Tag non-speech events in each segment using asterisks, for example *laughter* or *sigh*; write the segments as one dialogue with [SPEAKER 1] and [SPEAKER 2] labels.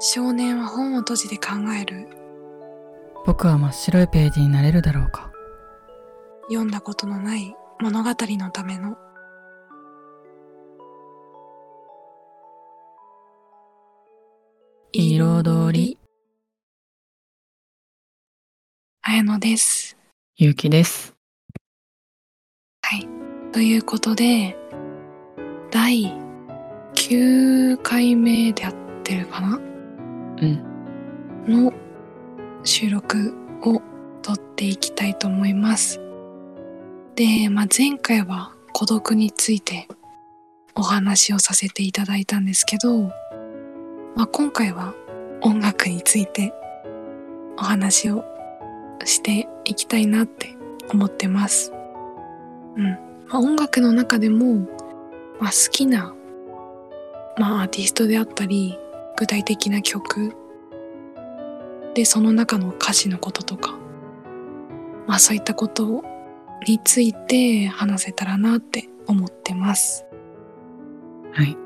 [SPEAKER 1] 少年は本を閉じて考える
[SPEAKER 2] 僕は真っ白いページになれるだろうか
[SPEAKER 1] 読んだことのない物語のための
[SPEAKER 2] 彩り
[SPEAKER 1] 綾乃です
[SPEAKER 2] ゆうきです
[SPEAKER 1] ということで第9回目でやってるかな
[SPEAKER 2] うん
[SPEAKER 1] の収録を撮っていきたいと思います。で、まあ、前回は孤独についてお話をさせていただいたんですけど、まあ、今回は音楽についてお話をしていきたいなって思ってます。うん。まあ、音楽の中でも、まあ、好きな、まあ、アーティストであったり、具体的な曲でその中の歌詞のこととか、まあ、そういったことについて話せたらなって思ってます
[SPEAKER 2] はい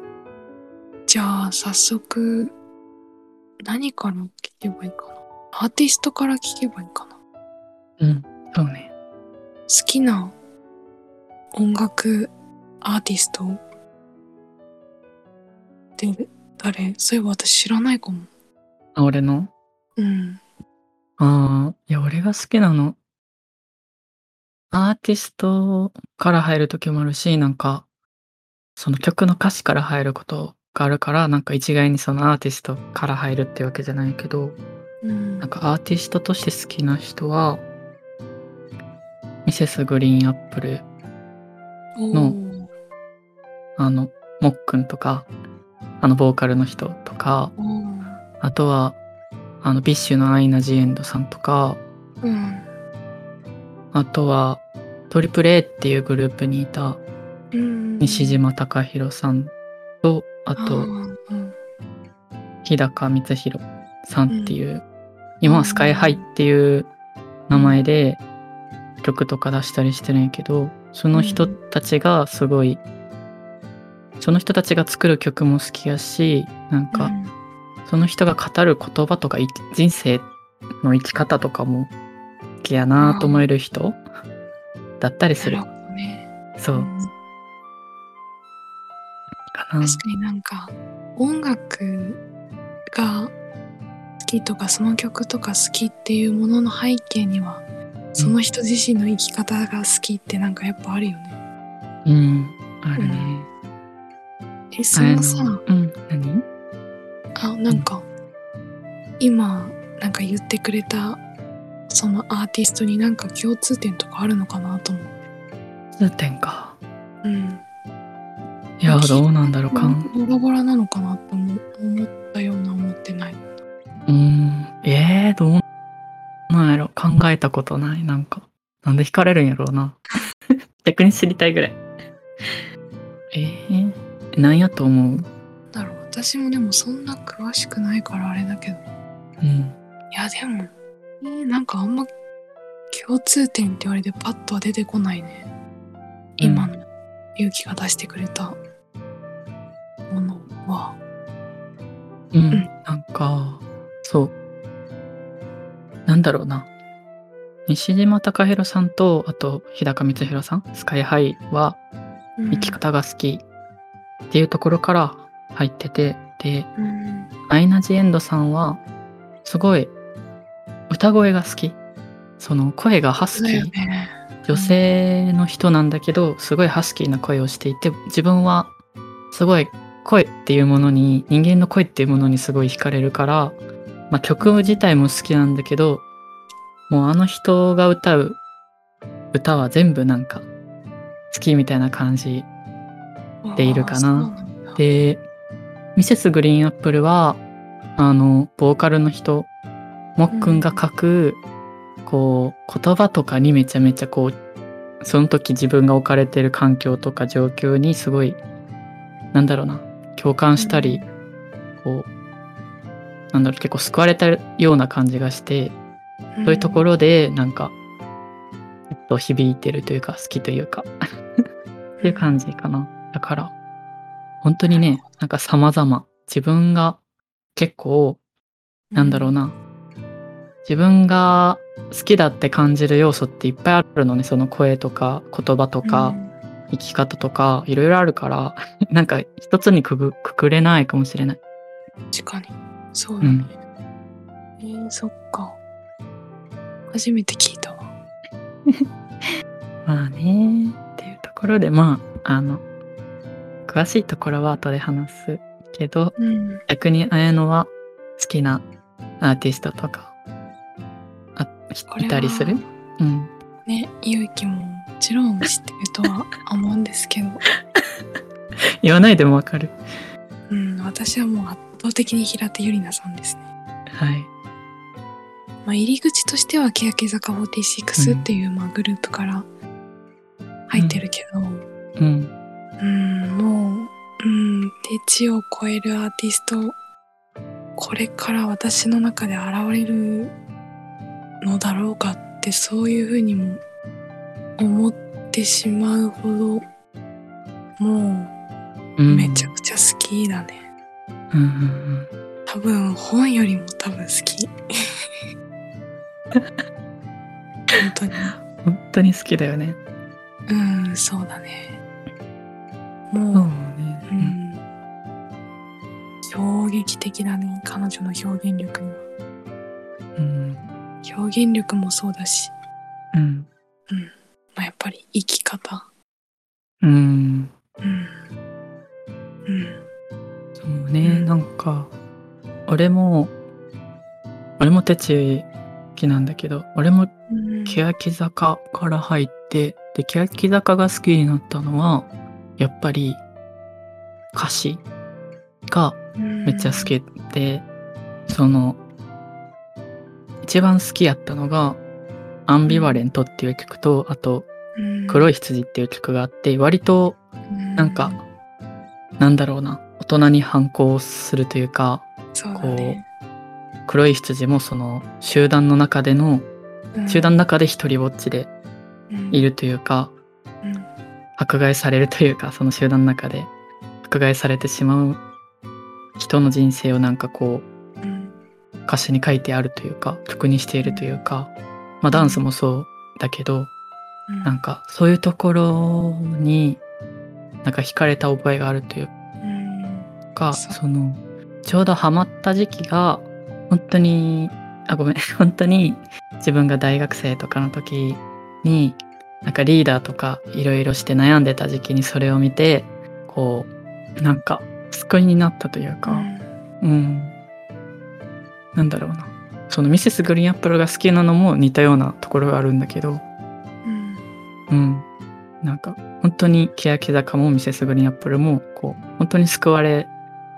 [SPEAKER 1] じゃあ早速何から聞けばいいかなアーティストから聞けばいいかな
[SPEAKER 2] うんそうね
[SPEAKER 1] 好きな音楽アーティストで誰そういえば私知らないかも
[SPEAKER 2] あ俺の
[SPEAKER 1] うん
[SPEAKER 2] ああいや俺が好きなのアーティストから入る時もあるしなんかその曲の歌詞から入ることがあるからなんか一概にそのアーティストから入るってわけじゃないけど
[SPEAKER 1] うん
[SPEAKER 2] なんかアーティストとして好きな人はミセスグリーンアップル
[SPEAKER 1] お
[SPEAKER 2] の
[SPEAKER 1] ー
[SPEAKER 2] あのもっくんとかあのボーカルの人とか
[SPEAKER 1] おー
[SPEAKER 2] あとはあのビッシュのアイナ・ジ・エンドさんとか
[SPEAKER 1] うん
[SPEAKER 2] あとはトリプレ a っていうグループにいた
[SPEAKER 1] うん
[SPEAKER 2] 西島貴博さんとあ
[SPEAKER 1] あ
[SPEAKER 2] と
[SPEAKER 1] ーうん
[SPEAKER 2] 日高光弘さんっていう、今はスカイハイっていう名前で曲とか出したりしてるんやけどその人たちがすごい、その人たちが作る曲も好きやしなんか、その人が語る言葉とかい人生の生き方とかも好きやなと思える人だったりする
[SPEAKER 1] な。るほどね。
[SPEAKER 2] そううんかな。
[SPEAKER 1] 確かになんか音楽が好きとかその曲とか好きっていうものの背景にはその人自身の生き方が好きってなんかやっぱあるよね。
[SPEAKER 2] うん。あるね。
[SPEAKER 1] えその
[SPEAKER 2] あ
[SPEAKER 1] さ
[SPEAKER 2] のうん。何
[SPEAKER 1] あなんか今なんか言ってくれたそのアーティストになんか共通点とかあるのかなと思う。
[SPEAKER 2] 通点か。
[SPEAKER 1] うん、
[SPEAKER 2] いや、どうなんだろうか。
[SPEAKER 1] ボラボラなのかなって思思ったような思ってない。
[SPEAKER 2] うん。えー、どうなんやろ。考えたことない。なんか。なんで惹かれるんやろうな。 *laughs* 逆に知りたいぐらい。えー、なんやと思う
[SPEAKER 1] だろう私もでもそんな詳しくないからあれだけどい
[SPEAKER 2] うん。
[SPEAKER 1] やでも、えーなんかあんま共通点って言われてパッとは出てこないね今の勇気が出してくれたものは
[SPEAKER 2] う
[SPEAKER 1] ん
[SPEAKER 2] ん、なんかそうなんだろうな西島貴博さんとあと日高光弘さんスカイハイは
[SPEAKER 1] うん
[SPEAKER 2] 生き方が好きっていうところから入っててで
[SPEAKER 1] うん
[SPEAKER 2] アイナ・ジ・エンドさんはすごい歌声が好きその声がハス
[SPEAKER 1] そう
[SPEAKER 2] キ
[SPEAKER 1] だよ
[SPEAKER 2] ー
[SPEAKER 1] ね
[SPEAKER 2] 女性の人なんだけどすごいハスキーな声をしていて自分はすごい声っていうものに人間の声っていうものにすごい惹かれるから、まあ、曲自体も好きなんだけどもうあの人が歌う歌は全部なんか好きみたいな感じでいる
[SPEAKER 1] あー
[SPEAKER 2] かな
[SPEAKER 1] そうなんだ
[SPEAKER 2] でミセスグリーンアップルはあのボーカルの人もっくんが書く、こう言葉とかにめちゃめちゃこうその時自分が置かれてる環境とか状況にすごいなんだろうな共感したり、こうなんだろう結構救われたような感じがしてそういうところでなんか、ちょっと響いてるというか好きというかっていう感じかな。だから、本当にね、なんか様々、自分が結構なんだろうな。自分が好きだって感じる要素っていっぱいあるのね。その声とか言葉とか生き方とかいろいろあるから、 *laughs* なんか一つにくぐくくれないかもしれない。
[SPEAKER 1] うん確かにそうだね、えー、そっか初めて聞いたわ
[SPEAKER 2] まあね。っていうところで、まあ、あの、詳しいところは後で話すけど、
[SPEAKER 1] うん
[SPEAKER 2] 逆に綾乃は好きなアーティストとかあひ
[SPEAKER 1] これはい
[SPEAKER 2] たりするうん
[SPEAKER 1] ねゆうきももちろん知ってると *laughs* は思うんですけど
[SPEAKER 2] 言わないでもわかる
[SPEAKER 1] うん私はもう圧倒的に平手友梨奈さんですね
[SPEAKER 2] はい
[SPEAKER 1] まあ、入り口としては欅坂46っていうまあグループから入ってるけど、うん、
[SPEAKER 2] うん
[SPEAKER 1] もう、うん、手地を超えるアーティスト、これから私の中で現れるのだろうかって、そういうふうにも思ってしまうほど、もう
[SPEAKER 2] う
[SPEAKER 1] んめちゃくちゃ好きだね。
[SPEAKER 2] うんうん
[SPEAKER 1] 多分本よりも多分好き。本当に。
[SPEAKER 2] うん本当に好きだよね
[SPEAKER 1] うん、そうだね。
[SPEAKER 2] そう
[SPEAKER 1] もう、
[SPEAKER 2] ね
[SPEAKER 1] う、ん、衝撃的だね、彼女の表現力には。
[SPEAKER 2] うん
[SPEAKER 1] 表現力もそうだし、
[SPEAKER 2] うん
[SPEAKER 1] まあ、やっぱり生き方。
[SPEAKER 2] うん
[SPEAKER 1] うん。うん。
[SPEAKER 2] そうねなんか俺も俺も手ち好きなんだけど俺も
[SPEAKER 1] うん、
[SPEAKER 2] 欅坂から入ってで欅坂が好きになったのはやっぱり歌詞がめっちゃ好きで、その一番好きやったのが「アンビバレント」っていう曲とあと
[SPEAKER 1] うん。
[SPEAKER 2] 「黒
[SPEAKER 1] い、
[SPEAKER 2] い羊」っていう曲があって割と
[SPEAKER 1] な
[SPEAKER 2] なんか、なんだろうな大人に反抗するというか
[SPEAKER 1] そうだ
[SPEAKER 2] こう
[SPEAKER 1] ね。
[SPEAKER 2] 黒い羊もその集団の中での
[SPEAKER 1] うん
[SPEAKER 2] 集団の中で一人ぼっちでい
[SPEAKER 1] る。
[SPEAKER 2] るというか
[SPEAKER 1] うん
[SPEAKER 2] 迫害されるというかその集団の中で迫害されてしまう人の人生をなんかこ
[SPEAKER 1] うん
[SPEAKER 2] う歌詞に書いてあるというか曲にしているというか、まあ、ダンスもそうだけど
[SPEAKER 1] うん
[SPEAKER 2] なんかそういうところになんか惹かれた覚えがあるという
[SPEAKER 1] うん
[SPEAKER 2] か
[SPEAKER 1] そう
[SPEAKER 2] そのちょうどハマった時期が本当にあごめん *laughs* 本当に自分が大学生とかの時になんかリーダーとかいろいろして悩んでた時期にそれを見てこうなんか救いになったという
[SPEAKER 1] う
[SPEAKER 2] か、
[SPEAKER 1] ん
[SPEAKER 2] うんなんだろうなそのミセスグリーンアップルが好きなのも似たようなところがあるんだけど、
[SPEAKER 1] うん
[SPEAKER 2] うん、なんか本当に欅坂もミセスグリーンアップルもこう本当に救われ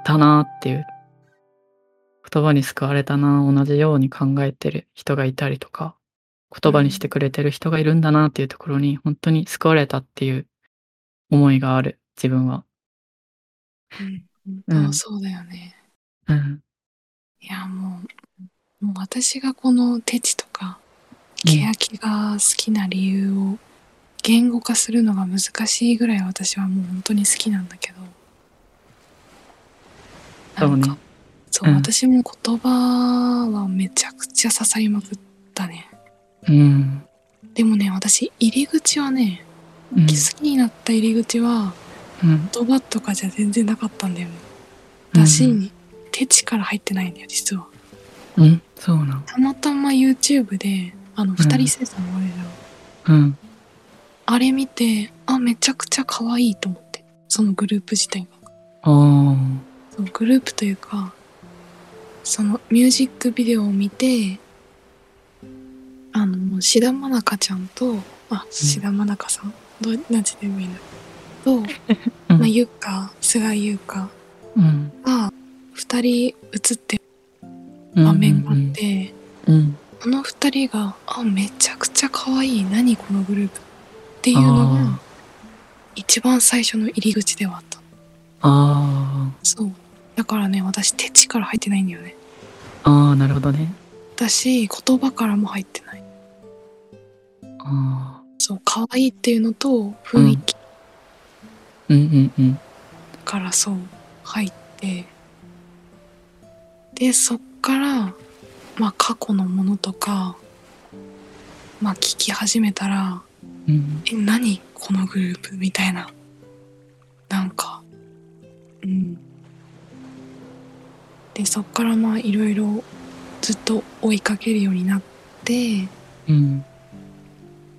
[SPEAKER 2] たなっていう言葉に救われたな同じように考えてる人がいたりとか言葉にしてくれてる人がいるんだなっていうところに本当に救われたっていう思いがある自分は。
[SPEAKER 1] うん
[SPEAKER 2] う
[SPEAKER 1] あ
[SPEAKER 2] ん
[SPEAKER 1] そうだよね。
[SPEAKER 2] うん
[SPEAKER 1] いやもうもう私がこの「テチ」とか「
[SPEAKER 2] うん
[SPEAKER 1] ケヤキ」が好きな理由を言語化するのが難しいぐらい私はもう本当に好きなんだけどなんか
[SPEAKER 2] そうね
[SPEAKER 1] そう,、
[SPEAKER 2] うん
[SPEAKER 1] 私も言葉はめちゃくちゃ刺さりまくったね
[SPEAKER 2] うん
[SPEAKER 1] でもね私入り口はね、
[SPEAKER 2] うん
[SPEAKER 1] 好きになった入り口は
[SPEAKER 2] うん
[SPEAKER 1] 言葉とかじゃ全然なかったんだよねだし、テチから入ってないんだよ実は
[SPEAKER 2] うんそうなの
[SPEAKER 1] たまたま YouTube であの二人生産のあれじゃん、
[SPEAKER 2] うん
[SPEAKER 1] あれ見てあめちゃくちゃ可愛いと思ってそのグループ自体が
[SPEAKER 2] あ
[SPEAKER 1] そのグループというかそのミュージックビデオを見てあのもう志田愛香ちゃんとあ志田愛香さん、どう何時でもいいなと、
[SPEAKER 2] うん
[SPEAKER 1] まあ、ゆか菅井優香
[SPEAKER 2] ーうん
[SPEAKER 1] が二人映ってる
[SPEAKER 2] うん
[SPEAKER 1] 場面があって、
[SPEAKER 2] うん
[SPEAKER 1] この二人が「あめちゃくちゃ可愛い何このグループ」っていうの
[SPEAKER 2] あ
[SPEAKER 1] が
[SPEAKER 2] ー
[SPEAKER 1] 一番最初の入り口ではあった
[SPEAKER 2] あ
[SPEAKER 1] そうだからね私手地から入ってないんだよね
[SPEAKER 2] ーあーなるほどね
[SPEAKER 1] 私言葉からも入ってない
[SPEAKER 2] ああ
[SPEAKER 1] そう可愛いっていうのと雰囲気
[SPEAKER 2] うんうんうん
[SPEAKER 1] からそう入って、でそっから、まあ、過去のものとか、まあ、聞き始めたら
[SPEAKER 2] うん
[SPEAKER 1] 「え何このグループ」みたいななんかうんでそっからまあいろいろずっと追いかけるようになって
[SPEAKER 2] うん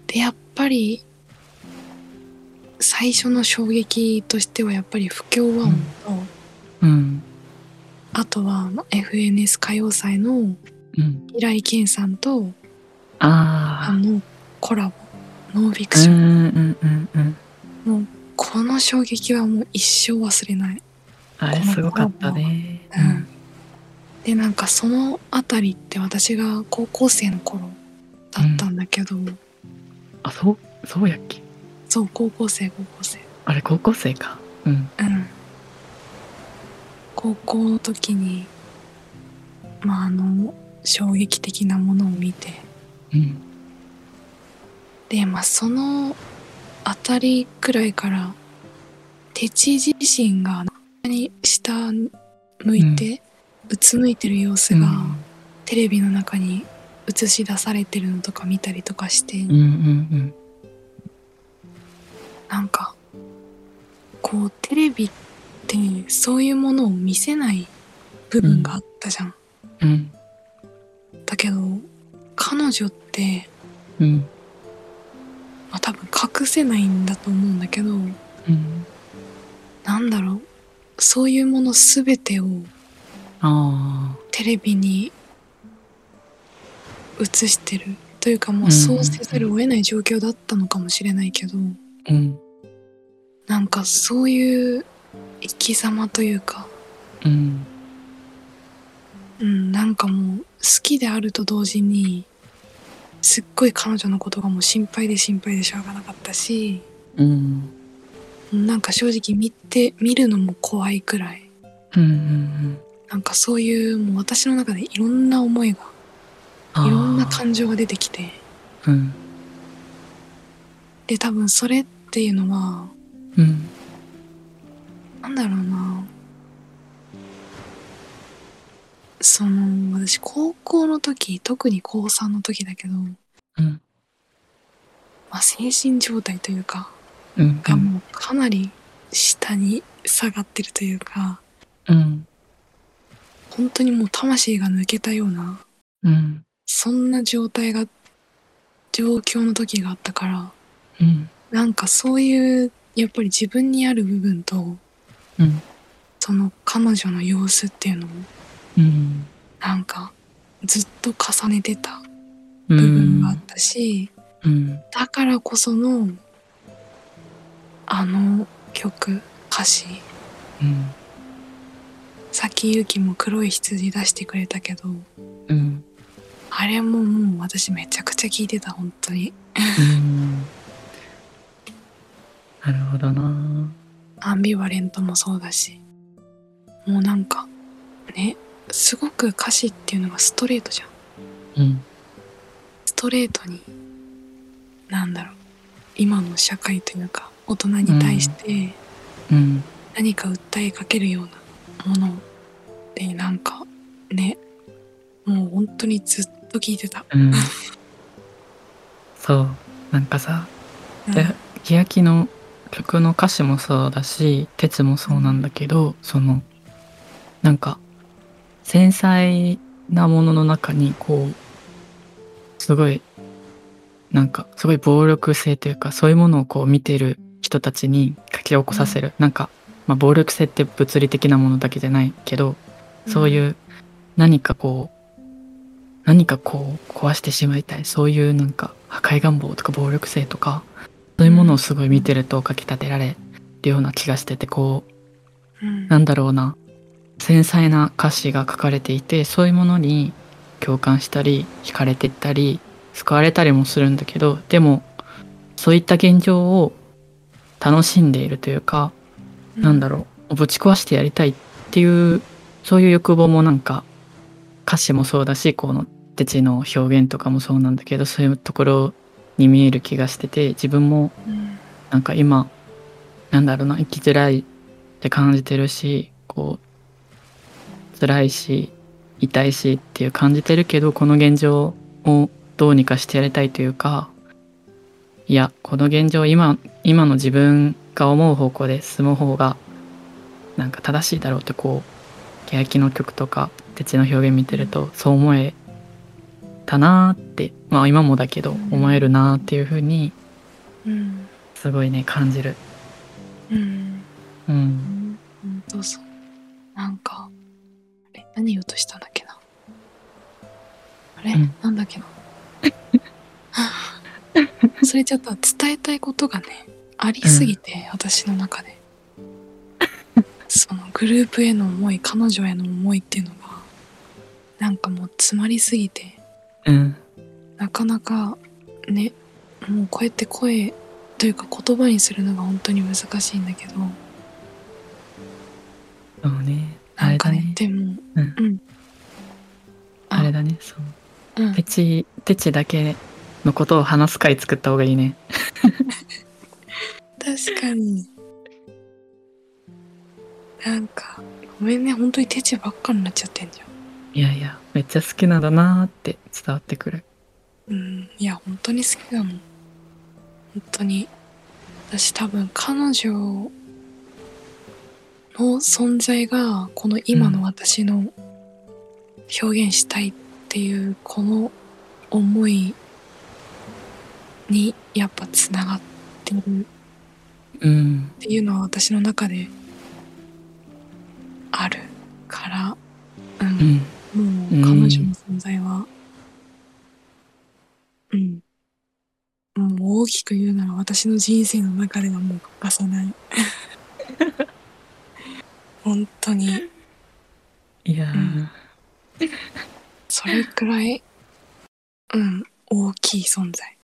[SPEAKER 1] でやっぱり最初の衝撃としてはやっぱり不協和音と、
[SPEAKER 2] うん
[SPEAKER 1] あとはまあ FNS 歌謡祭の
[SPEAKER 2] うん
[SPEAKER 1] 平井堅さんとあ
[SPEAKER 2] ああ
[SPEAKER 1] のコラボノンフィク
[SPEAKER 2] う
[SPEAKER 1] ション、
[SPEAKER 2] んうんうんうん
[SPEAKER 1] この衝撃はもう一生忘れない
[SPEAKER 2] あれすごかったね
[SPEAKER 1] うんでなんかそのあたりって私が高校生の頃だったんだけど、
[SPEAKER 2] あそうそうやっけ
[SPEAKER 1] そう高校生高校生
[SPEAKER 2] あれ高校生かうん
[SPEAKER 1] うん高校の時にまああの衝撃的なものを見て
[SPEAKER 2] うん
[SPEAKER 1] でまあそのあたりくらいからテチ自身が何下向いて、うつむいてる様子が、テレビの中に映し出されてるのとか見たりとかして、
[SPEAKER 2] うんうん
[SPEAKER 1] なんかこうテレビってそういうものを見せない部分があったじゃん。
[SPEAKER 2] うんうん
[SPEAKER 1] だけど彼女って、
[SPEAKER 2] うん
[SPEAKER 1] まあ、多分隠せないんだと思うんだけど
[SPEAKER 2] うん
[SPEAKER 1] なんだろうそういうもの全てを
[SPEAKER 2] あ
[SPEAKER 1] テレビに映してるというか
[SPEAKER 2] ん
[SPEAKER 1] も
[SPEAKER 2] うん
[SPEAKER 1] う
[SPEAKER 2] う
[SPEAKER 1] んそうせざるを得ない状況だったのかもしれないけど、
[SPEAKER 2] あうん
[SPEAKER 1] なんかそういう生き様というか、
[SPEAKER 2] うん
[SPEAKER 1] うん、なんかもう好きであると同時にすっごい彼女のことがもう心配で心配でしょうがなかったし
[SPEAKER 2] うん
[SPEAKER 1] なんか正直見て見るのも怖いくらい
[SPEAKER 2] うんうん
[SPEAKER 1] なんかそういうもう私の中でいろんな思いがいろんな感情が出てきて
[SPEAKER 2] じうん
[SPEAKER 1] で多分それっていうのは
[SPEAKER 2] うん
[SPEAKER 1] なんだろうなその私高校の時特に高3の時だけど、
[SPEAKER 2] うん
[SPEAKER 1] まあ、精神状態というか
[SPEAKER 2] うん
[SPEAKER 1] がもうかなり下に下がってるというか
[SPEAKER 2] うん
[SPEAKER 1] 本当にもう魂が抜けたような
[SPEAKER 2] うん
[SPEAKER 1] そんな状態が状況の時があったから
[SPEAKER 2] うん
[SPEAKER 1] なんかそういうやっぱり自分にある部分と、
[SPEAKER 2] うん
[SPEAKER 1] その彼女の様子っていうのを
[SPEAKER 2] うん
[SPEAKER 1] なんかずっと重ねてた
[SPEAKER 2] 部
[SPEAKER 1] 部分があったし、
[SPEAKER 2] うん
[SPEAKER 1] だからこそのあの曲歌詞
[SPEAKER 2] うん
[SPEAKER 1] さっきゆきも黒い羊出してくれたけど
[SPEAKER 2] うん
[SPEAKER 1] あれももう私めちゃくちゃ聞いてた本当に
[SPEAKER 2] うんなるほどな
[SPEAKER 1] アンビバレントもそうだしもうなんかねすごく歌詞っていうのがストレートじゃん
[SPEAKER 2] うん
[SPEAKER 1] ストレートになんだろう今の社会というか大人に対して
[SPEAKER 2] うん
[SPEAKER 1] 何か訴えかけるようなものでなんかねもう本当にずっと聞いてた、
[SPEAKER 2] うんそうなんかさ
[SPEAKER 1] うん
[SPEAKER 2] で欅の曲の歌詞もそうだし鉄もそうなんだけどそのなんか繊細なものの中にこうすごいなんかすごい暴力性というかそういうものをこう見てる人たちに書き起こさせる、なんか、まあ、暴力性って物理的なものだけじゃないけどそういう何かこう何かこう壊してしまいたいそういうなんか破壊願望とか暴力性とかそういうものをすごい見てるとかき立てられるような気がしててこう
[SPEAKER 1] うん
[SPEAKER 2] なんだろうな繊細な歌詞が書かれていてそういうものに共感したり惹かれていったり救われたりもするんだけどでもそういった現状を楽しんでいるというかなんだろうぶち壊してやりたいっていうそういう欲望もなんか歌詞もそうだしこの手ちの表現とかもそうなんだけどそういうところに見える気がしてて自分も
[SPEAKER 1] うん
[SPEAKER 2] なんか今なんだろうな生きづらいって感じてるしこう辛いし痛いしっていう感じてるけどこの現状をどうにかしてやりたいというかいやこの現状今今の自分が思う方向で進む方がなんか正しいだろうってこう欅の曲とか鉄の表現見てるとそう思えたなーってまあ今もだけど思えるなーっていうふうに
[SPEAKER 1] うん
[SPEAKER 2] すごいね感じる。
[SPEAKER 1] うん
[SPEAKER 2] う
[SPEAKER 1] う
[SPEAKER 2] ん、
[SPEAKER 1] んそうそうなんかあれ何言おうとしたんだっけなあれ、
[SPEAKER 2] うん
[SPEAKER 1] なんだっけなそれちょっと伝えたいことがねありすぎて、私の中でそのグループへの思い彼女への思いっていうのがなんかもう詰まりすぎて
[SPEAKER 2] うん、
[SPEAKER 1] なかなかねもうこうやって声というか言葉にするのが本当に難しいんだけど
[SPEAKER 2] そうねあ
[SPEAKER 1] なん
[SPEAKER 2] れ
[SPEAKER 1] か
[SPEAKER 2] だ
[SPEAKER 1] ね
[SPEAKER 2] ね
[SPEAKER 1] でも
[SPEAKER 2] うん
[SPEAKER 1] うんあ
[SPEAKER 2] あれだねそう
[SPEAKER 1] うん
[SPEAKER 2] ペチテチだけのことを話す会作った方がいいね。
[SPEAKER 1] 確かになんかごめんね本当に手チばっかになっちゃってんじゃん
[SPEAKER 2] いやいやめっちゃ好きなんだなーって伝わってくる。
[SPEAKER 1] うんいや本当に好きだもん本当に私多分彼女の存在がこの今の私の表現したいっていうこの思いにやっぱつながってる
[SPEAKER 2] うん
[SPEAKER 1] っていうのは私の中であるから、
[SPEAKER 2] う
[SPEAKER 1] うんん、
[SPEAKER 2] うん
[SPEAKER 1] もう彼女の存在は、うん、もう大きく言うなら私の人生の中ではもう欠かさ
[SPEAKER 2] *laughs*
[SPEAKER 1] ない。本当に
[SPEAKER 2] いや
[SPEAKER 1] う
[SPEAKER 2] ー、
[SPEAKER 1] んそれくらい、うん、大きい存在。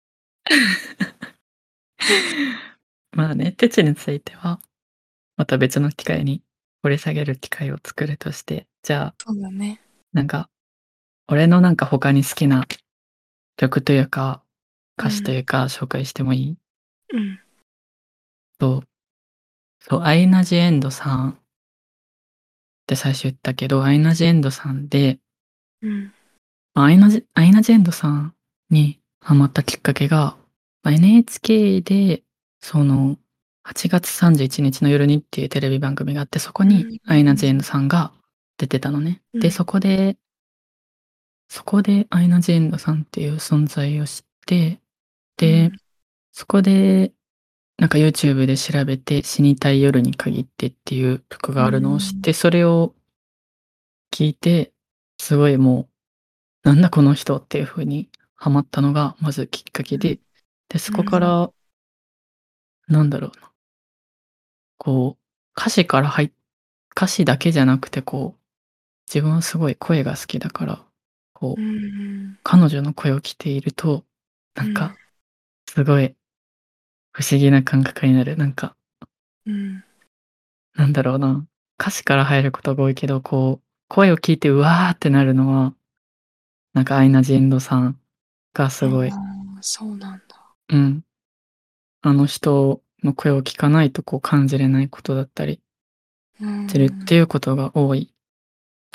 [SPEAKER 2] まあねテチについてはまた別の機会に掘り下げる機会を作るとしてじゃあ
[SPEAKER 1] そうだね。
[SPEAKER 2] なんか俺のなんか他に好きな曲というか歌詞というか紹介してもいい、
[SPEAKER 1] うん。
[SPEAKER 2] と、そう、アイナ・ジ・エンドさんって最初言ったけど、アイナ・ジ・エンドさんで、
[SPEAKER 1] うん。
[SPEAKER 2] まあアイナジ・アイナジ・エンドさんにハマったきっかけが、まあ NHK で、その、8月31日の夜にっていうテレビ番組があって、そこに
[SPEAKER 1] うん
[SPEAKER 2] アイナ・ジ・エンドさんが出てたのね。
[SPEAKER 1] うん
[SPEAKER 2] で、そこで、そこでアイナ・ジ・エンドさんっていう存在を知って、で、そこで、なんか YouTube で調べて、死にたい夜に限ってっていう曲があるのを知って、それを聞いて、すごいもう、なんだこの人っていう風にハマったのが、まずきっかけで、で、そこから、なんだろうな。こう、歌詞から入っ、歌詞だけじゃなくて、こう、自分はすごい声が好きだから、こう
[SPEAKER 1] うん。う、ん。
[SPEAKER 2] 彼女の声を聞いているとなん
[SPEAKER 1] うん
[SPEAKER 2] かすごい不思議な感覚になるなんか
[SPEAKER 1] うん。
[SPEAKER 2] なんだろうな歌詞から入ることが多いけどこう声を聞いてうわーってなるのはなんかアイナ・ジ・エンドさんがすごい
[SPEAKER 1] あ、ー。そうなんだ。
[SPEAKER 2] うん、あの人の声を聞かないとこう感じれないことだったり
[SPEAKER 1] うん
[SPEAKER 2] するっていうことが多い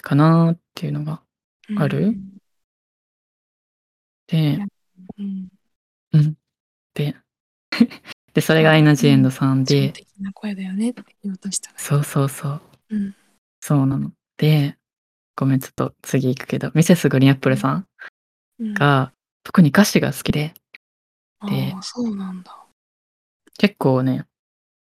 [SPEAKER 2] かなーっていうのがあるで、
[SPEAKER 1] うん。
[SPEAKER 2] ででそれがアイナ・ジ・エンドさんで、
[SPEAKER 1] 人的な声だよねって言おうとしたら。
[SPEAKER 2] そうそうそう。
[SPEAKER 1] うん
[SPEAKER 2] そうなの。で、ごめん、ちょっと次行くけど、ミセスグリーンアップルさん
[SPEAKER 1] うん、
[SPEAKER 2] が、特に歌詞が好きで、
[SPEAKER 1] あ
[SPEAKER 2] で
[SPEAKER 1] あ、そうなんだ。
[SPEAKER 2] 結構ね、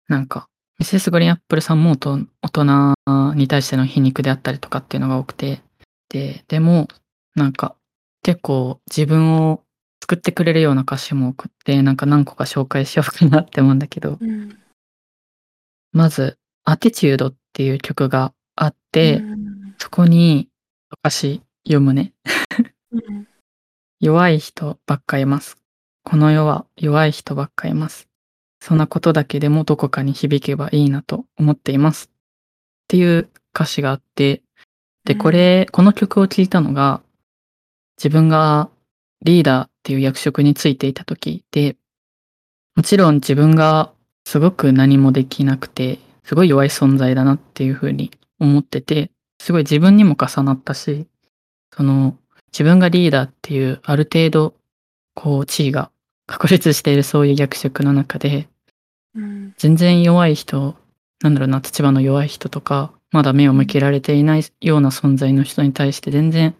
[SPEAKER 2] なんか、ミセスグリーンアップルさんもと大人に対しての皮肉であったりとかっていうのが多くて、で、でも、なんか、結構自分を作ってくれるような歌詞も多くって、なんか何個か紹介しようかなって思うんだけど、
[SPEAKER 1] うん。
[SPEAKER 2] まず、アティチュードっていう曲があって、
[SPEAKER 1] うん
[SPEAKER 2] そこに、歌詞読むね。
[SPEAKER 1] うん
[SPEAKER 2] 弱い人ばっかいます。この世は弱い人ばっかいます。そんなことだけでもどこかに響けばいいなと思っています。っていう歌詞があって、で、
[SPEAKER 1] うん
[SPEAKER 2] これ、この曲を聴いたのが、自分がリーダーっていう役職についていた時で、もちろん自分がすごく何もできなくて、すごい弱い存在だなっていうふうに思ってて、すごい自分にも重なったし、その自分がリーダーっていうある程度こう地位が確立しているそういう役職の中で
[SPEAKER 1] うん
[SPEAKER 2] 全然弱い人なんだろうな立場の弱い人とかまだ目を向けられていないような存在の人に対して全然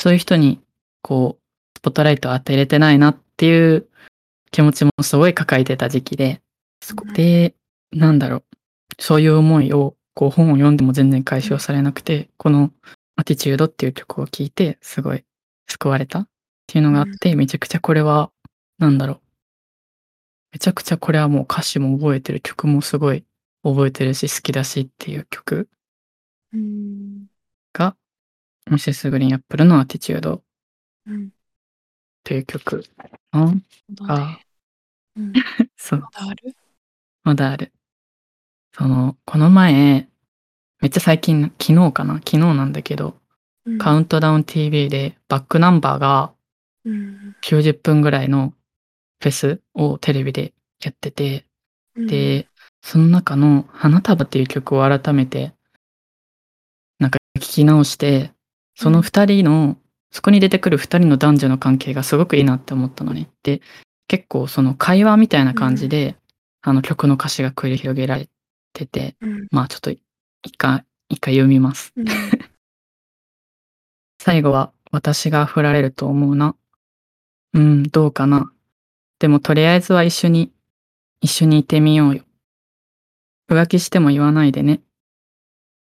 [SPEAKER 2] そういう人にこうスポットライトを当てれてないなっていう気持ちもすごい抱えてた時期でそこでなんだろうそういう思いをこう本を読んでも全然解消されなくてこの「アティチュード」っていう曲を聴いてすごい救われたっていうのがあってめちゃくちゃこれはなんだろうめちゃくちゃこれはもう歌詞も覚えてる曲もすごい覚えてるし好きだしっていう曲
[SPEAKER 1] うん
[SPEAKER 2] がミセスグリーンアップルのアティチュード
[SPEAKER 1] うん
[SPEAKER 2] という曲あ
[SPEAKER 1] どうねうんま
[SPEAKER 2] そう
[SPEAKER 1] だある
[SPEAKER 2] まだあるそのこの前めっちゃ最近昨日かな昨日なんだけど、
[SPEAKER 1] うん
[SPEAKER 2] カウントダウン TV でバックナンバーが
[SPEAKER 1] うん
[SPEAKER 2] 90分ぐらいのフェスをテレビでやってて
[SPEAKER 1] うん
[SPEAKER 2] で、その中の「花束」っていう曲を改めてなんか聞き直してその2人のそこに出てくる2人の男女の関係がすごくいいなって思ったのね。で結構その会話みたいな感じで、あの曲の歌詞が繰り広げられてて
[SPEAKER 1] うん
[SPEAKER 2] まあちょっと一回一回読みます。
[SPEAKER 1] うん
[SPEAKER 2] 最後は私が振られると思うな。うん、どうかな。でもとりあえずは一緒に、一緒にいてみようよ。浮気しても言わないでね。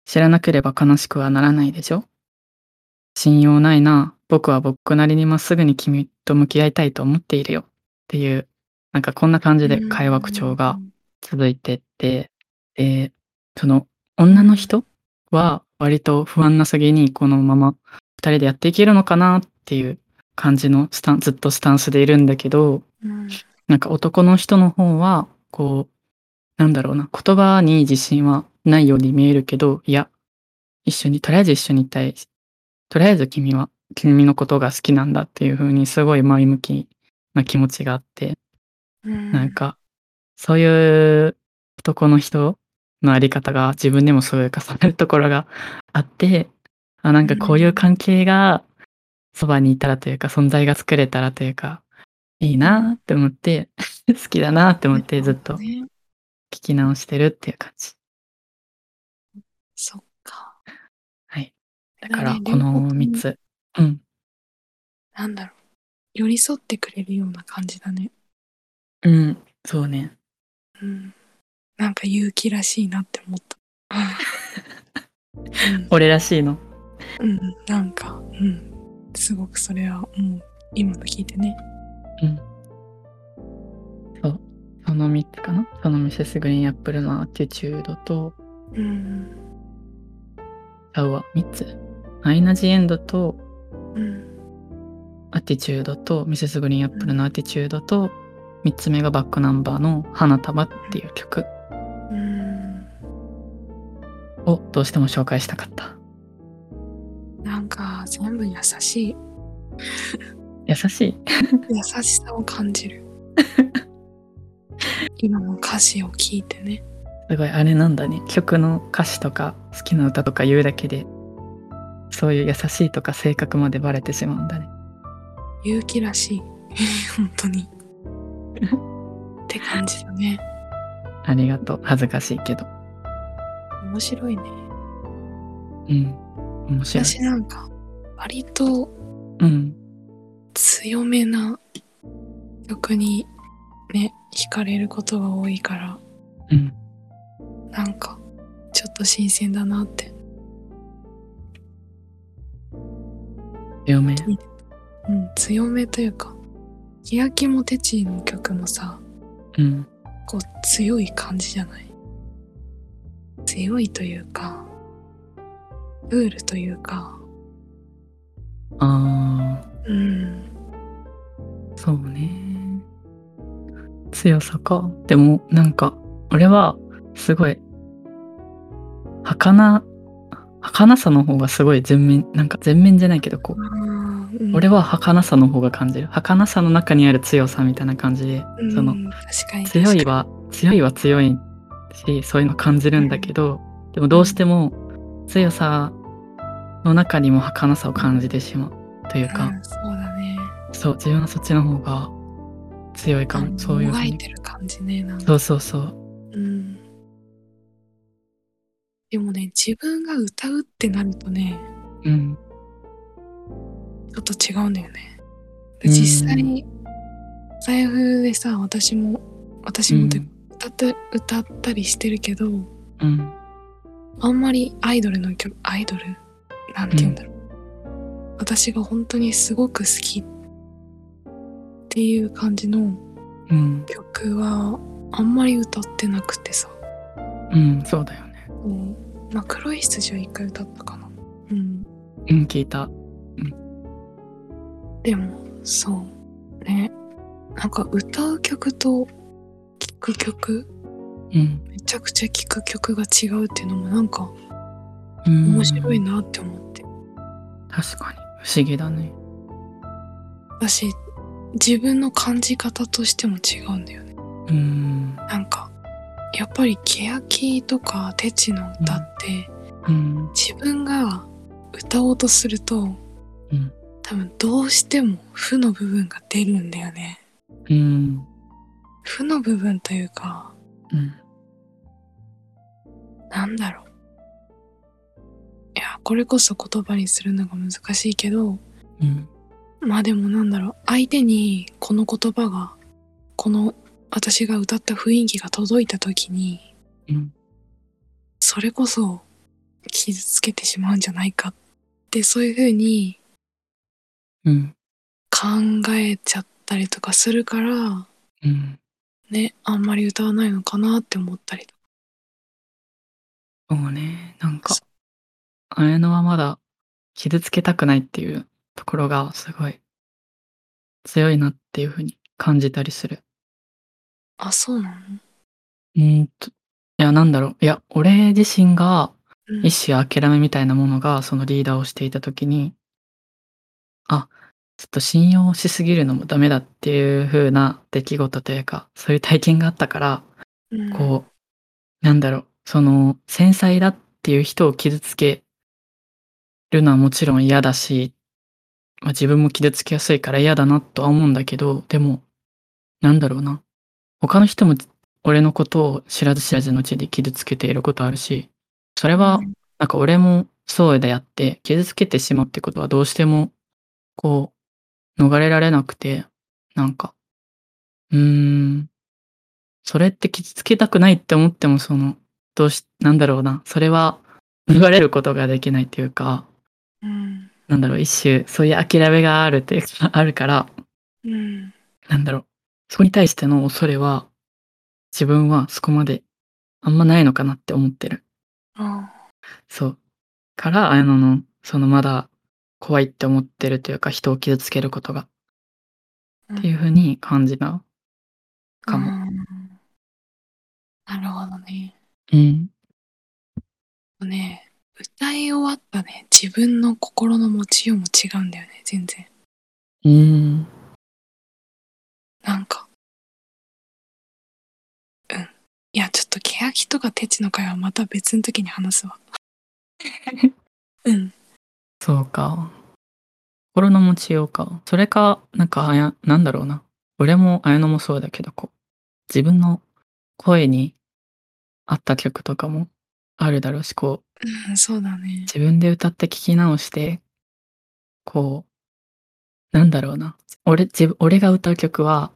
[SPEAKER 2] 知らなければ悲しくはならないでしょ。信用ないな。僕は僕なりにまっすぐに君と向き合いたいと思っているよ。っていう、なんかこんな感じで会話口調が続いてって、で、その女の人は割と不安なさげにこのまま二人でやっていけるのかなっていう感じのスタンずっとスタンスでいるんだけど、
[SPEAKER 1] うん
[SPEAKER 2] なんか男の人の方は、こう、なんだろうな、言葉に自信はないように見えるけど、いや、一緒に、とりあえず一緒にいたい。とりあえず君は、君のことが好きなんだっていう風にすごい前向きな気持ちがあって、
[SPEAKER 1] うん
[SPEAKER 2] なんか、そういう男の人のあり方が自分でもすごい重なるところがあって、あ、なんかこういう関係がそばにいたらというか、存在が作れたらというか、いいなって思って、 *laughs* 好きだなって思ってずっと聞
[SPEAKER 1] ね
[SPEAKER 2] き直してるっていう感じ。
[SPEAKER 1] そっか
[SPEAKER 2] はい。だ
[SPEAKER 1] だ
[SPEAKER 2] から、この3つ。うん。
[SPEAKER 1] なんだろう寄り添ってくれるような感じだね
[SPEAKER 2] うん。そうね。
[SPEAKER 1] うんなんか勇気らしいなって思った。
[SPEAKER 2] 俺らしいの。
[SPEAKER 1] うん、うん、なんか、うん、すごくそれはもう今の聞いてね。
[SPEAKER 2] その3つかなそのミセスグリーンアップルのアティチュードと、
[SPEAKER 1] うん、
[SPEAKER 2] ちゃうわ、3つ。アイナ・ジ・エンドと
[SPEAKER 1] うん、
[SPEAKER 2] アティチュードとミセス・グリーンアップルのアティチュードと3つ目がバックナンバーの「花束」っていう曲
[SPEAKER 1] うん、
[SPEAKER 2] をどうしても紹介したかった。
[SPEAKER 1] なんか全部優しい、
[SPEAKER 2] 優しい。
[SPEAKER 1] 優しさを感じ *laughs* る。今の歌詞を聞いてね。
[SPEAKER 2] すごいあれなんだね。曲の歌詞とか好きな歌とか言うだけでそういう優しいとか性格までバレてしまうんだね。
[SPEAKER 1] 勇気らしい。 *laughs* 本当 *laughs* に。って感じだね。
[SPEAKER 2] ありがとう。恥ずかしいけど。
[SPEAKER 1] 面白いね。
[SPEAKER 2] うん。面白い。
[SPEAKER 1] 私なんか、割と
[SPEAKER 2] うん。
[SPEAKER 1] 強めな曲にね惹かれることが多いから
[SPEAKER 2] うん。
[SPEAKER 1] なんかちょっと新鮮だなって
[SPEAKER 2] 強め。
[SPEAKER 1] うん強めというか欅もてちの曲もさ
[SPEAKER 2] うん。
[SPEAKER 1] こう強い感じじゃない強いというかクールというか
[SPEAKER 2] あ
[SPEAKER 1] うん
[SPEAKER 2] ー、そうね。強さか。でも、なんか、俺は、すごい、儚、儚さの方がすごい全面、なんか全面じゃないけど、こう、
[SPEAKER 1] あーうん
[SPEAKER 2] 俺は儚さの方が感じる。儚さの中にある強さみたいな感じで、
[SPEAKER 1] うん
[SPEAKER 2] その、
[SPEAKER 1] 確かに
[SPEAKER 2] 強いは、強いは強いし、そういうの感じるんだけど、でもどうしても、強さの中にも儚さを感じてしまうというか、
[SPEAKER 1] うんそうだね
[SPEAKER 2] そう自分はそっちの方が強いか
[SPEAKER 1] あ
[SPEAKER 2] も
[SPEAKER 1] の
[SPEAKER 2] そういう
[SPEAKER 1] も
[SPEAKER 2] ふう
[SPEAKER 1] がい
[SPEAKER 2] に
[SPEAKER 1] てる感じねなんか
[SPEAKER 2] そうそうそう
[SPEAKER 1] うんでもね自分が歌うってなるとね
[SPEAKER 2] うん
[SPEAKER 1] ちょっと違うんだよね
[SPEAKER 2] うん
[SPEAKER 1] 実際に財布でさ私も私もというか歌って、歌ったりしてるけど
[SPEAKER 2] うん
[SPEAKER 1] あんまりアイドルの曲アイドルなんて言うんだろう、私が本当にすごく好きっていう感じの
[SPEAKER 2] うん
[SPEAKER 1] 曲はあんまり歌ってなくてさ
[SPEAKER 2] うんそうだよね
[SPEAKER 1] もうまあ黒い羊は一回歌ったかなうん
[SPEAKER 2] うん聞いた
[SPEAKER 1] でもそうねなんか歌う曲と聴く曲
[SPEAKER 2] うん、
[SPEAKER 1] めちゃくちゃ聴く曲が違うっていうのもなんか
[SPEAKER 2] うん、
[SPEAKER 1] 面白いなって思って、
[SPEAKER 2] 確かに不思議だね
[SPEAKER 1] 私自分の感じ方としても違うんだよね
[SPEAKER 2] うん
[SPEAKER 1] なんかやっぱり欅とかテチの歌って、
[SPEAKER 2] うん
[SPEAKER 1] 自分が歌おうとすると、
[SPEAKER 2] うん
[SPEAKER 1] 多分どうしても負の部分が出るんだよね
[SPEAKER 2] うん
[SPEAKER 1] 負の部分というか
[SPEAKER 2] うん
[SPEAKER 1] なんだろういやこれこそ言葉にするのが難しいけど
[SPEAKER 2] うん
[SPEAKER 1] まあでもなんだろう相手にこの言葉がこの私が歌った雰囲気が届いた時に
[SPEAKER 2] うん
[SPEAKER 1] それこそ傷つけてしまうんじゃないかってそういう風に
[SPEAKER 2] うん
[SPEAKER 1] 考えちゃったりとかするから
[SPEAKER 2] うん
[SPEAKER 1] ねあんまり歌わないのかなって思ったりとか
[SPEAKER 2] そうねなんか綾乃はまだ傷つけたくないっていうところがすごい強いなっていうふうに感じたりする
[SPEAKER 1] あそうなの、
[SPEAKER 2] うーんといやなんだろういや俺自身が
[SPEAKER 1] うん
[SPEAKER 2] 一種諦めみたいなものがそのリーダーをしていた時にあちょっと信用しすぎるのもダメだっていう風な出来事というかそういう体験があったから
[SPEAKER 1] うん
[SPEAKER 2] こう、なんだろう、その、繊細だっていう人を傷つけるのはもちろん嫌だし、まあ、自分も傷つきやすいから嫌だなとは思うんだけど、でも、なんだろうな。他の人も俺のことを知らず知らずのうちに傷つけていることあるし、それは、なんか俺もそうであって、傷つけてしまうってことはどうしても、こう、逃れられなくて、なんか、うーん、それって傷つけたくないって思っても、その、どうし、なんだろうな、それは逃れることができないというか、
[SPEAKER 1] うん
[SPEAKER 2] なんだろう、一種、そういう諦めがあるというか、 *laughs* あるから、
[SPEAKER 1] うん
[SPEAKER 2] なんだろう、そこに対しての恐れは、自分はそこまであんまないのかなって思ってる。
[SPEAKER 1] あ
[SPEAKER 2] そう。から、あのの、そのまだ怖いって思ってるというか、人を傷つけることが。
[SPEAKER 1] うん
[SPEAKER 2] っていうふうに感じたかも。
[SPEAKER 1] うんなるほどね
[SPEAKER 2] うん。
[SPEAKER 1] ね、歌い終わったね、自分の心の持ちようも違うんだよね、全然。
[SPEAKER 2] うん。
[SPEAKER 1] なんか。うん。いや、ちょっと、ケヤキとかテチの会はまた別の時に話
[SPEAKER 2] *laughs*
[SPEAKER 1] すわ。うん。
[SPEAKER 2] そうか。心の持ちようか。それか、なんか、あや、なんだろうな。俺も、綾乃もそうだけど、こう、自分の声に合った曲とかもあるだろうし、こう、
[SPEAKER 1] うん、そうだね。
[SPEAKER 2] 自分で歌って聞き直して、こう、なんだろうな。俺、自分、俺が歌う曲は、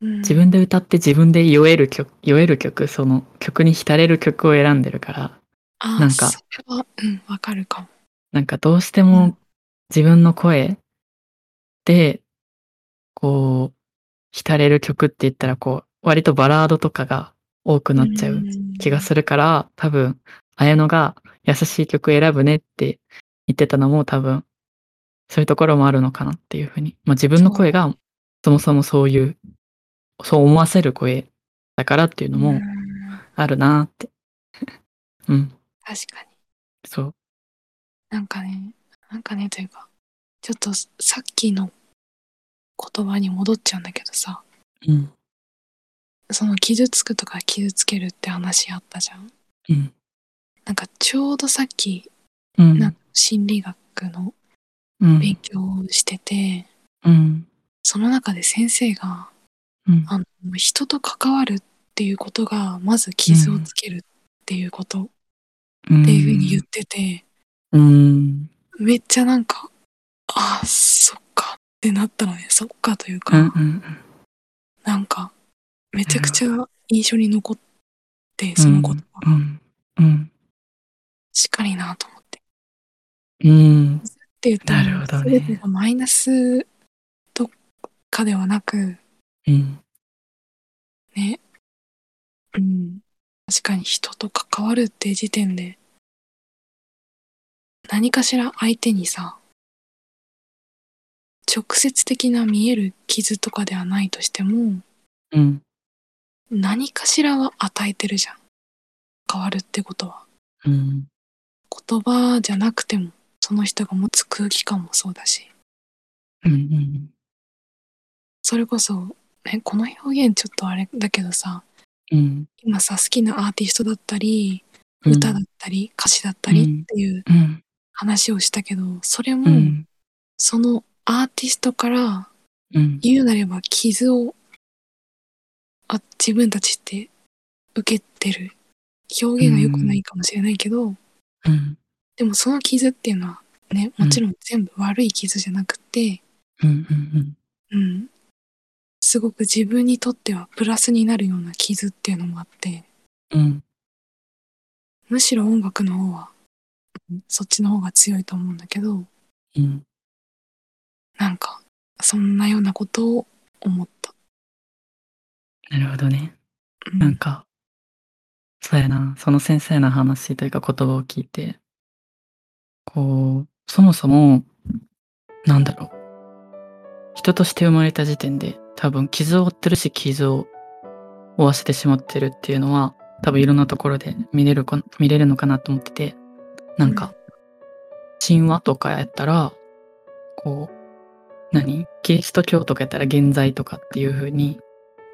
[SPEAKER 1] うん、
[SPEAKER 2] 自分で歌って自分で酔える曲、酔える曲、その曲に浸れる曲を選んでるから、
[SPEAKER 1] あ
[SPEAKER 2] なんか
[SPEAKER 1] それは、うん、わかるかも。
[SPEAKER 2] なんかどうして
[SPEAKER 1] う
[SPEAKER 2] も自分の声で、こう、浸れる曲って言ったら、こう、割とバラードとかが多くなっちゃう気が
[SPEAKER 1] る。
[SPEAKER 2] するから、多分、綾乃が優しい曲選ぶねって言ってたのも多分、そういうところもあるのかなっていうふうに。まあ自分の声がそもそもそういう、そう思わせる声だからっていうの
[SPEAKER 1] うん
[SPEAKER 2] もあるなって。うん、
[SPEAKER 1] 確かに。
[SPEAKER 2] そう。
[SPEAKER 1] なんかね、なんかね、というか、ちょっとさっきの言葉に戻っちゃうんだけどさ、
[SPEAKER 2] うん、
[SPEAKER 1] その傷つくとか傷つけるって話あったじゃん
[SPEAKER 2] うん、
[SPEAKER 1] なんかちょうどさっき
[SPEAKER 2] うん。
[SPEAKER 1] なんか心理学の
[SPEAKER 2] うん
[SPEAKER 1] 勉強をしてて、
[SPEAKER 2] うん
[SPEAKER 1] その中で先生が
[SPEAKER 2] うん
[SPEAKER 1] あの人と関わるっていうことがまず傷をつけるっていうことっていうふうに言ってて、
[SPEAKER 2] うん
[SPEAKER 1] めっちゃなんかあそっかってなったのねそっかという
[SPEAKER 2] う
[SPEAKER 1] か、
[SPEAKER 2] んうん
[SPEAKER 1] なんかめちゃくちゃ印象に残ってその言葉
[SPEAKER 2] う
[SPEAKER 1] が
[SPEAKER 2] んうん
[SPEAKER 1] しっかりなと思って。
[SPEAKER 2] うん
[SPEAKER 1] って言ったら
[SPEAKER 2] なるほどね
[SPEAKER 1] 全てがマイナスとかではなく
[SPEAKER 2] うん
[SPEAKER 1] ね、うん、確かに人と関わるって時点で何かしら相手にさ直接的な見える傷とかではないとしても
[SPEAKER 2] うん
[SPEAKER 1] 何かしらは与えてるじゃん関わるってことは
[SPEAKER 2] うん
[SPEAKER 1] 言葉じゃなくてもその人が持つ空気感もそうだし
[SPEAKER 2] うん
[SPEAKER 1] それこそ、ね、この表現ちょっとあれだけどさ
[SPEAKER 2] うん
[SPEAKER 1] 今さ好きなアーティストだったり
[SPEAKER 2] うん
[SPEAKER 1] 歌だったり、歌詞だったりっていう
[SPEAKER 2] うん
[SPEAKER 1] 話をしたけどそれ
[SPEAKER 2] う
[SPEAKER 1] も
[SPEAKER 2] ん
[SPEAKER 1] そのアーティストから
[SPEAKER 2] うん
[SPEAKER 1] 言うなれば傷をあ自分たちって受けてる表現が良くないかもしれないけど、
[SPEAKER 2] うん
[SPEAKER 1] でもその傷っていうのはねもちろん全部悪い傷じゃなくて、
[SPEAKER 2] うんうん
[SPEAKER 1] うん、すごく自分にとってはプラスになるような傷っていうのもあって
[SPEAKER 2] うん
[SPEAKER 1] むしろ音楽の方はうんそっちの方が強いと思うんだけど
[SPEAKER 2] うん
[SPEAKER 1] なんかそんなようなことを思った。
[SPEAKER 2] なるほどね
[SPEAKER 1] うん
[SPEAKER 2] なんか、そうやな、その先生の話というか言葉を聞いて、こう、そもそも、なんだろう。人として生まれた時点で、多分傷を負ってるし、傷を負わせてしまってるっていうのは、多分いろんなところで見れるか見れるのかなと思ってて、なんか、神話とかやったら、こう、何キリスト教とかやったら現在とかっていう風に、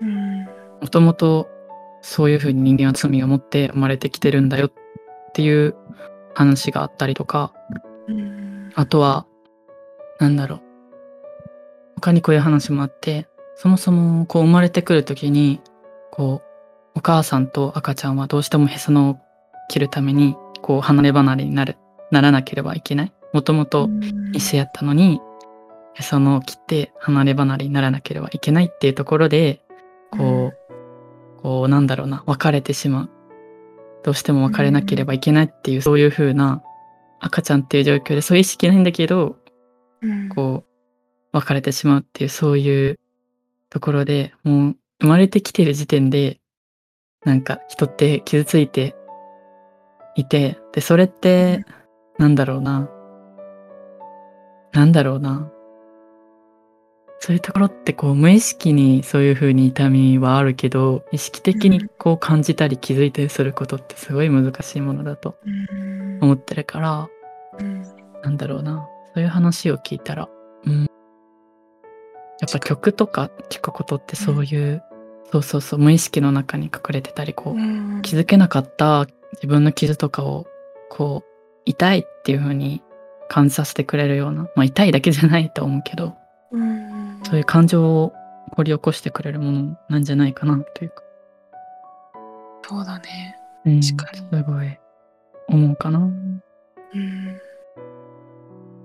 [SPEAKER 1] うん
[SPEAKER 2] もともとそういうふうに人間は罪を持って生まれてきてるんだよっていう話があったりとか、
[SPEAKER 1] うん
[SPEAKER 2] あとは、なんだろう。他にこういう話もあって、そもそもこう生まれてくるときに、こう、お母さんと赤ちゃんはどうしてもへその緒を切るために、こう離れ離れになる、ならなければいけない。もともと一緒やったのに、へその緒を切って離れ離れにならなければいけないっていうところで、こう、こうなんだろうな、別れてしまう。どうしても別れなければいけないっていう、そういう風な赤ちゃんっていう状況で、そういう意識ないんだけど、
[SPEAKER 1] うん
[SPEAKER 2] こう、別れてしまうっていう、そういうところで、もう生まれてきてる時点で、なんか人って傷ついていて、で、それって、なんだろうな。なんだろうな。そういうところってこう無意識にそういう風に痛みはあるけど、意識的
[SPEAKER 1] う
[SPEAKER 2] にこう感じたり気づいたりすることってすごい難しいものだと
[SPEAKER 1] うん
[SPEAKER 2] 思ってるから、
[SPEAKER 1] うん
[SPEAKER 2] なんだろうな。そういう話を聞いたら、うん。やっぱ曲とか聞くことってそういう、そうそうそう、無意識の中に隠れてたり、こう、
[SPEAKER 1] うん
[SPEAKER 2] 気づけなかった自分の傷とかをこう痛いっていう風に感じさせてくれるような、まあ、痛いだけじゃないと思うけど
[SPEAKER 1] うん
[SPEAKER 2] そういう感情を掘り起こしてくれるものなんじゃないかなというか、
[SPEAKER 1] そうだね。
[SPEAKER 2] うん、す
[SPEAKER 1] 確かに
[SPEAKER 2] ごい思うかな。
[SPEAKER 1] うん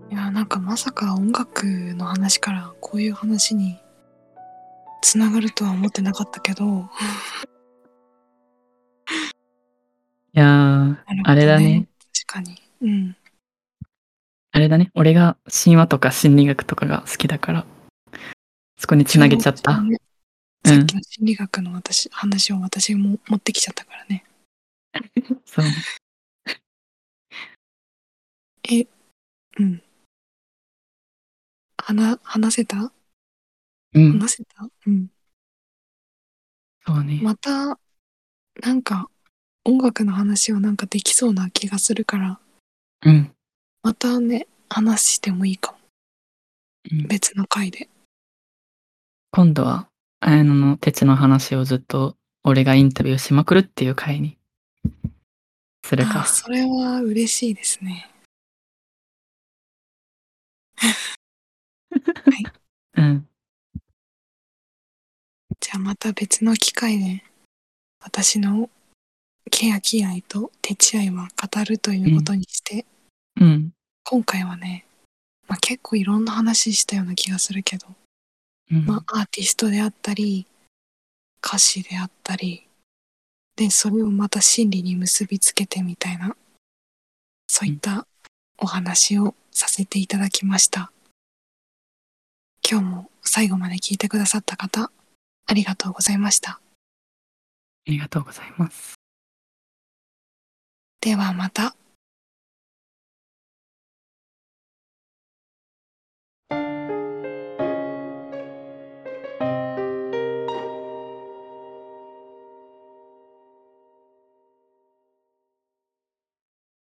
[SPEAKER 1] いやなんかまさか音楽の話からこういう話につながるとは思ってなかったけどなる
[SPEAKER 2] いやー
[SPEAKER 1] ほど
[SPEAKER 2] あれだね
[SPEAKER 1] 確かにうん
[SPEAKER 2] あれだね俺が神話とか心理学とかが好きだからそこにつなげちゃった。
[SPEAKER 1] そうね
[SPEAKER 2] う
[SPEAKER 1] さ
[SPEAKER 2] ん
[SPEAKER 1] っきの心理学の私、話を私も持ってきちゃったからね
[SPEAKER 2] そう
[SPEAKER 1] うん話話せた
[SPEAKER 2] うん
[SPEAKER 1] 話せたうん
[SPEAKER 2] そうね、
[SPEAKER 1] またなんか音楽の話をなんかできそうな気がするから
[SPEAKER 2] うん
[SPEAKER 1] またね話してもいいかも
[SPEAKER 2] うん
[SPEAKER 1] 別の回で
[SPEAKER 2] 今度は綾乃の鉄の話をずっと俺がインタビューしまくるっていう回にする
[SPEAKER 1] あ
[SPEAKER 2] か
[SPEAKER 1] それは嬉しいですねはい。
[SPEAKER 2] うん。
[SPEAKER 1] じゃあまた別の機会で、私のケアキ愛と手チ愛は語るということにして、
[SPEAKER 2] うん。
[SPEAKER 1] 今回はね、まあ、結構いろんな話したような気がするけど、
[SPEAKER 2] うん。
[SPEAKER 1] まあ、アーティストであったり歌詞であったりでそれをまた心理に結びつけてみたいなそういったお話をさせていただきました今日も最後まで聞いてくださった方ありがとうございました
[SPEAKER 2] ありがとうございます。
[SPEAKER 1] ではまた